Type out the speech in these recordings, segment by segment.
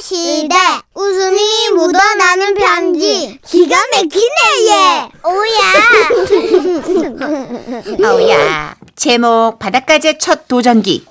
시대 웃음이 묻어나는 편지 기가 막히네 얘 오야 아우야. 제목 바닷가제 첫 도전기.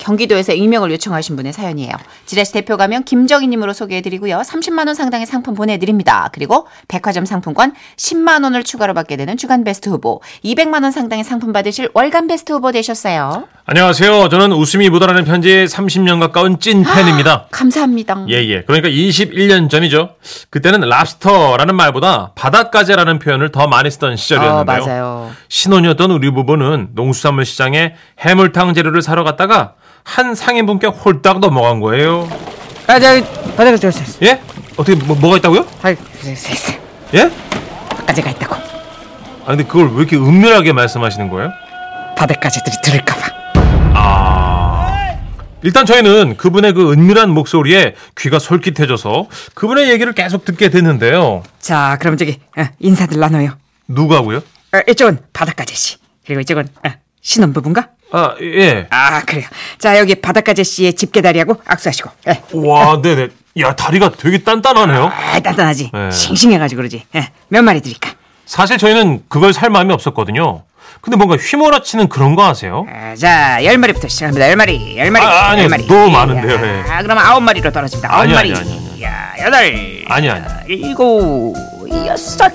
경기도에서 익명을 요청하신 분의 사연이에요. 지라시 대표 가면 김정희님으로 소개해드리고요. 30만 원 상당의 상품 보내드립니다. 그리고 백화점 상품권 10만 원을 추가로 받게 되는 주간 베스트 후보, 200만 원 상당의 상품 받으실 월간 베스트 후보 되셨어요. 안녕하세요. 저는 웃음이 묻어나는 편지의 30년 가까운 찐 팬입니다. 감사합니다. 예, 예. 그러니까 21년 전이죠. 그때는 랍스터라는 말보다 바닷가재라는 표현을 더 많이 쓰던 어, 시절이었는데요. 맞아요. 신혼이었던 우리 부부는 농수산물 시장에 해물탕 재료를 사러 갔다가 한 상인분께 홀딱 넘어간 거예요. 아, 저 바닥에 저, 저, 저, 예? 어떻게 뭐, 뭐가 있다고요? 아, 네, 저, 저, 저, 예? 바닥까지가 있다고. 아 근데 그걸 왜 이렇게 은밀하게 말씀하시는 거예요? 바닥까지들이 들을까봐. 일단 저희는 그분의 그 은밀한 목소리에 귀가 솔깃해져서 그분의 얘기를 계속 듣게 됐는데요. 자, 그럼 저기 어, 인사들 나눠요. 누구하고요? 어, 이쪽은 바닥까지 씨, 그리고 이쪽은 어, 신혼부부인가? 아, 예. 아, 그래요. 자, 여기 바닥까지 씨의 집게다리하고 악수하시고. 예. 와, 네네. 야, 다리가 되게 단단하네요. 아, 단단하지. 네. 싱싱해가지고 그러지. 예. 몇 마리 드릴까? 사실 저희는 그걸 살 마음이 없었거든요. 근데 뭔가 휘몰아치는 그런 거 아세요? 아, 자, 열 마리부터 시작합니다. 열 마리, 열 마리, 아, 아니요. 열 마리. 너무 많은데요, 야, 예. 아, 그럼 아홉 마리로 떨어집니다. 아홉 아니요, 마리. 아니요, 아니요, 아니요. 야, 여덟. 아니, 아니. 일곱, 여섯,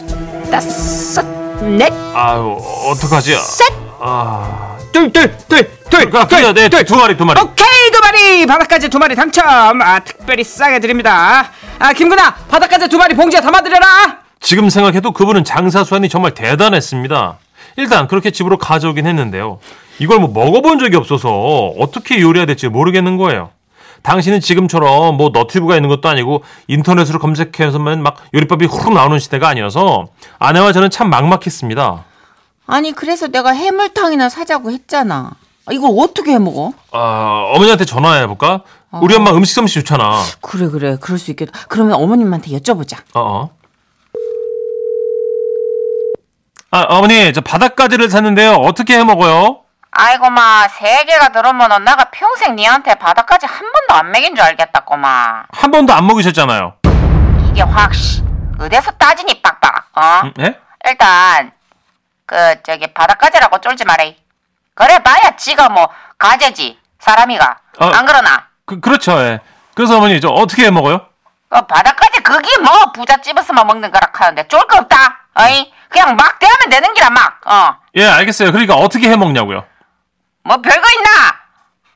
다섯, 넷, 아유, 어떡하지? 셋. 아, 둘, 둘, 둘, 둘, 아, 둘. 그래, 네, 두 마리, 두 마리. 오케이 두 마리 바닥까지 두 마리 당첨 아 특별히 싸게 드립니다 아 김구나 바닥까지 두 마리 봉지에 담아드려라 지금 생각해도 그분은 장사 수완이 정말 대단했습니다. 일단 그렇게 집으로 가져오긴 했는데요. 이걸 뭐 먹어본 적이 없어서 어떻게 요리해야 될지 모르겠는 거예요. 당신은 지금처럼 뭐 너튜브가 있는 것도 아니고 인터넷으로 검색해서만 막 요리법이 후룩 나오는 시대가 아니어서 아내와 저는 참 막막했습니다. 아니, 그래서 내가 해물탕이나 사자고 했잖아. 아, 이걸 어떻게 해 먹어? 아, 어머니한테 전화해볼까? 우리 엄마 음식 솜씨 좋잖아. 그래, 그래. 그럴 수 있겠다. 그러면 어머님한테 여쭤보자. 어, 어. 아, 어머니, 저 바닷가지를 샀는데요. 어떻게 해 먹어요? 아이고 마, 세 개가 들어오면 내가 평생 니한테 바닥까지 한 번도 안 먹인 줄 알겠다고 마. 한 번도 안 먹이셨잖아요. 이게 확 씨. 어디서 따지니 빡빡. 어? 음, 예? 일단 그 저기 바닥까지라고 쫄지 말해. 그래 봐야 지가 뭐 가재지 사람이가 어. 안 그러나? 그, 그렇죠. 예. 그래서 어머니 저 어떻게 해 먹어요? 그 바닥까지 그게 뭐 부잣집에서만 먹는 거라 하는데 쫄 거 없다. 어이 그냥 막 대하면 되는 기라 막. 어. 예, 알겠어요. 그러니까 어떻게 해 먹냐고요. 뭐 별거 있나?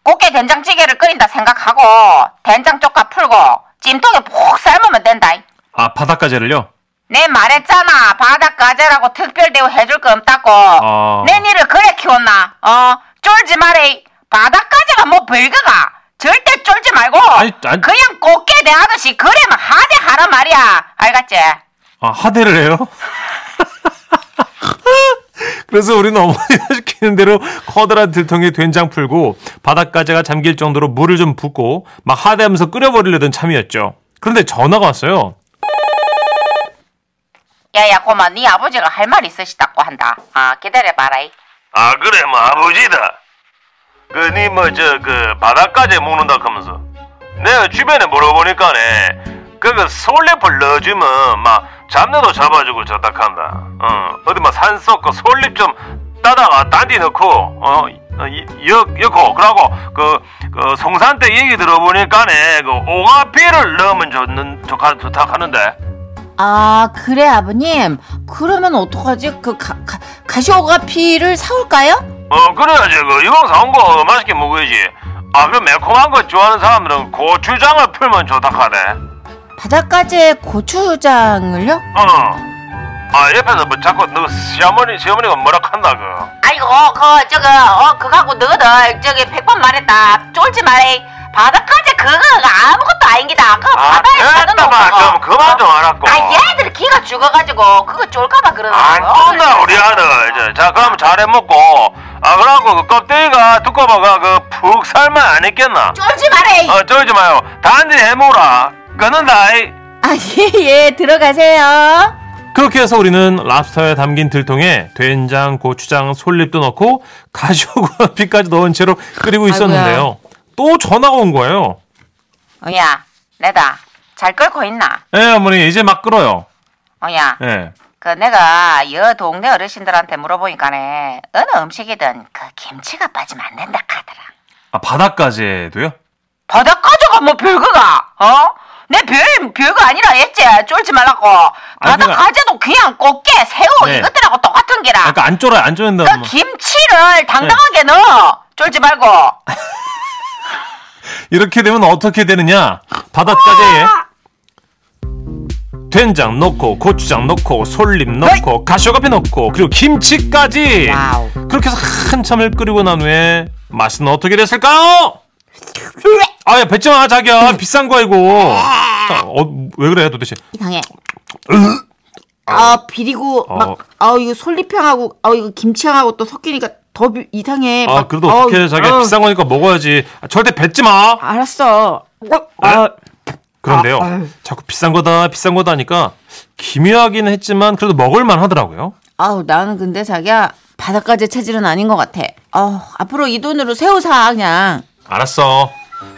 꽃게 된장찌개를 끓인다 생각하고 된장 쪽가 풀고 찜통에 푹 삶으면 된다. 아, 바닷가재를요? 내 말했잖아 바닷가재라고 특별 대우 해줄 거 없다고. 아. 내 니를 그래 키웠나? 어 쫄지 말해. 바닷가재가 뭐 별거가 절대 쫄지 말고 아니, 아니. 그냥 곱게 대하듯이 그래만 하대하란 말이야. 알겠지? 아, 하대를 해요? 그래서 우리는 어머니가 시키는 대로 커다란 들통에 된장 풀고 바닷가재가 잠길 정도로 물을 좀 붓고 막 하대하면서 끓여버리려던 참이었죠. 그런데 전화가 왔어요. 야야 고마 네 아버지가 할 말 있으시다고 한다. 아 기다려봐라. 아 그래 뭐 아버지다 그니 뭐 저 그 바닷가재 먹는다 하면서 내가 주변에 물어보니까네 그거 솔잎을 넣어주면 막 잡내도 잡아주고 저다 한다 어 어디 막 산 썩고 솔잎 좀 따다가 딴디 넣고 어, 어역 넣고 그러고 그, 그 송산 때 얘기 들어보니까네 그 오가피를 넣으면 좋는 좋다 좋다 하는데 아, 그래, 아버님. 음, 그러면 어떡하지? 그, 가, 가, 가시오가피를 사올까요? 어 그래야지 그 이거 사온 거 맛있게 먹어야지 아 그 매콤한 거 좋아하는 사람들은 고추장을 풀면 좋다 카네 바닷가재 고추장을요? 어아 옆에서 뭐 자꾸 너 시어머니 시어머니가 뭐라 한다 그 아이고 그 저거 어 그거하고 너희들 저기 백번 말했다 쫄지 말해 바닷가재 그거가 아무것도 아닌기다 그 아, 바다에 사는 됐다, 마. 놈 좀 그만 어? 좀 알았고. 아 예? 얘들 기가 죽어가지고 그거 쫄까봐 그러는 안 어, 거야. 뜬다 우리 아들 이제. 자 그럼 잘해 먹고 아 그러고 그 껍데기가 두꺼워가 그 푹 삶아 안 익겠나 쫄지 말해 어 저러지 마요 단지 해먹어라 끊는다 이 아, 예, 예, 들어가세요. 그렇게 해서 우리는 랍스터에 담긴 들통에 된장, 고추장, 솔잎도 넣고 가시오가피까지 넣은 채로 끓이고 있었는데요. 또 전화가 온 거예요. 어, 야 내다 잘 끓고 있나? 예, 어머니 이제 막 끓어요. 어야 예. 그 내가 여 동네 어르신들한테 물어보니까네 어느 음식이든 그 김치가 빠지면 안 된다 카더라. 아, 바닷가재도요? 바닷가재가 뭐 별거가 어? 내 별 별거 아니라 했지 쫄지 말라고 그러니까- 바닷가재도 그냥 꽃게 새우 네. 그러니까 이것들하고 똑같은 게라 아까 안 쫄아요, 안 쫄는다. 그 뭐. 김치를 당당하게 넣어 쫄지 말고 이렇게 되면 어떻게 되느냐? 바닷가재에 된장 넣고 고추장 넣고 솔잎 넣고 가시오가피 넣고 그리고 김치까지 와우. 그렇게 해서 한참을 끓이고 난 후에 맛은 어떻게 됐을까요? 아야 뱉지 마 자기야 비싼 거야 이거 어, 왜 그래 도대체 이상해. 아 비리고 어. 막 아 이거 솔잎향하고 아 이거 김치향하고 또 섞이니까 더 비- 이상해. 아 막, 그래도 아우, 어떻게 자기야 아우, 비싼 거니까 먹어야지 아, 절대 뱉지 마 알았어. 아, 아, 그런데요 자꾸 비싼 거다 비싼 거다 하니까 기묘하긴 했지만 그래도 먹을만 하더라고요 아우 나는 근데 자기야 바닷가재 체질은 아닌 것 같아. 아 앞으로 이 돈으로 새우 사 그냥. 알았어.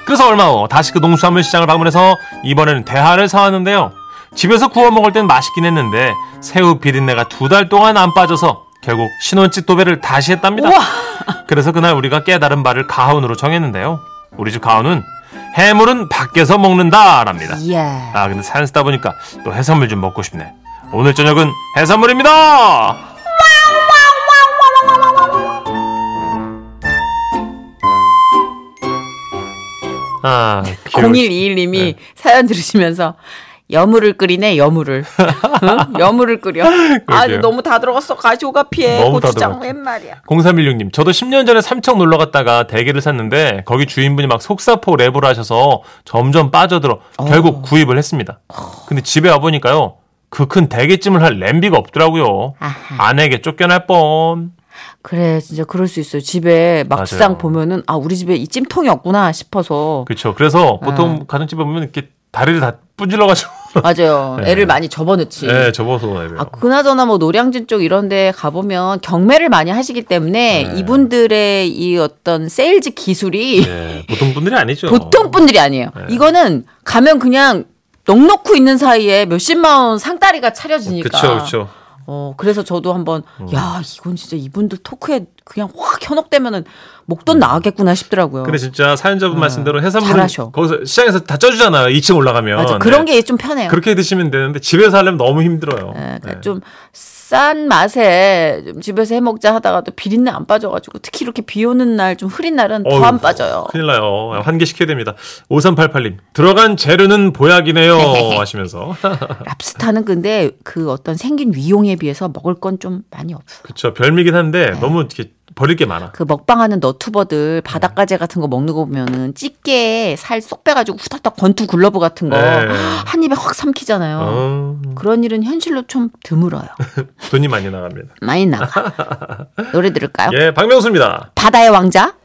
그래서 얼마 후 다시 그 농수산물 시장을 방문해서 이번에는 대하를 사왔는데요. 집에서 구워 먹을 땐 맛있긴 했는데 새우 비린내가 두 달 동안 안 빠져서 결국 신혼집 도배를 다시 했답니다. 그래서 그날 우리가 깨달은 바를 가훈으로 정했는데요. 우리 집 가훈은 해물은 밖에서 먹는다랍니다. 이야. 아 근데 사연 쓰다 보니까 또 해산물 좀 먹고 싶네. 오늘 저녁은 해산물입니다. 아, 귀여우시- 네. 0121님이 사연 들으시면서 여물을 끓이네 여물을 응? 여물을 끓여 아 그러게요. 너무 다 들어갔어 가시오가피에 너무 다 고추장 들어갔죠. 웬 말이야 0316님, 저도 10년 전에 삼척 놀러 갔다가 대게를 샀는데 거기 주인분이 막 속사포 랩을 하셔서 점점 빠져들어 아. 결국 구입을 했습니다. 근데 집에 와 보니까요. 그 큰 대게찜을 할 냄비가 없더라고요. 아내에게 쫓겨날 뻔. 그래 진짜 그럴 수 있어요 집에 막상 맞아요. 보면은 아 우리 집에 이 찜통이 없구나 싶어서 그렇죠. 음. 그래서 보통 가정집에 보면 이렇게 다리를 다 부질러가지고 맞아요 네. 애를 많이 접어넣지 네, 접어서 내요. 예. 아, 그나저나 뭐 노량진 쪽 이런데 가보면 경매를 많이 하시기 때문에 이분들의 이 어떤 세일즈 기술이 네, 보통 분들이 아니죠. 보통 분들이 아니에요. 이거는 가면 그냥 넉넉히 있는 사이에 몇십만 원 상다리가 차려지니까. 그렇죠, 그렇죠. 어, 그래서 저도 한번 어. 야 이건 진짜 이분들 토크에 그냥 확 현혹되면은 목돈 나가겠구나 싶더라고요. 근데 진짜 사연자분 말씀대로 해산물은 음. 잘하셔. 거기서 시장에서 다 쪄주잖아요. 2층 올라가면. 맞아 네. 그런 게 좀 편해요. 그렇게 네. 드시면 되는데 집에서 하려면 너무 힘들어요. 그러니까 좀싼 맛에 좀 집에서 해 먹자 하다가 또 비린내 안 빠져가지고 특히 이렇게 비 오는 날 좀 흐린 날은 더 어휴, 안그 빠져요. 큰일 나요. 환기 시켜야 됩니다. 5388님 들어간 재료는 보약이네요 하시면서 랍스타는 근데 그 어떤 생긴 위용에 비해서 먹을 건 좀 많이 없어. 그쵸 별미긴 한데 너무 이렇게 버릴 게 많아. 네. 그 먹방하는 너튜버들 바닷가재 같은 거 먹는 거 보면은 찌개에 살 쏙 빼가지고 후다닥 권투 글러브 같은 거 네. 한 입에 확 삼키잖아요. 어, 그런 일은 현실로 좀 드물어요. 돈이 많이 나갑니다. 많이 나가. 노래 들을까요? 예, 박명수입니다. 바다의 왕자.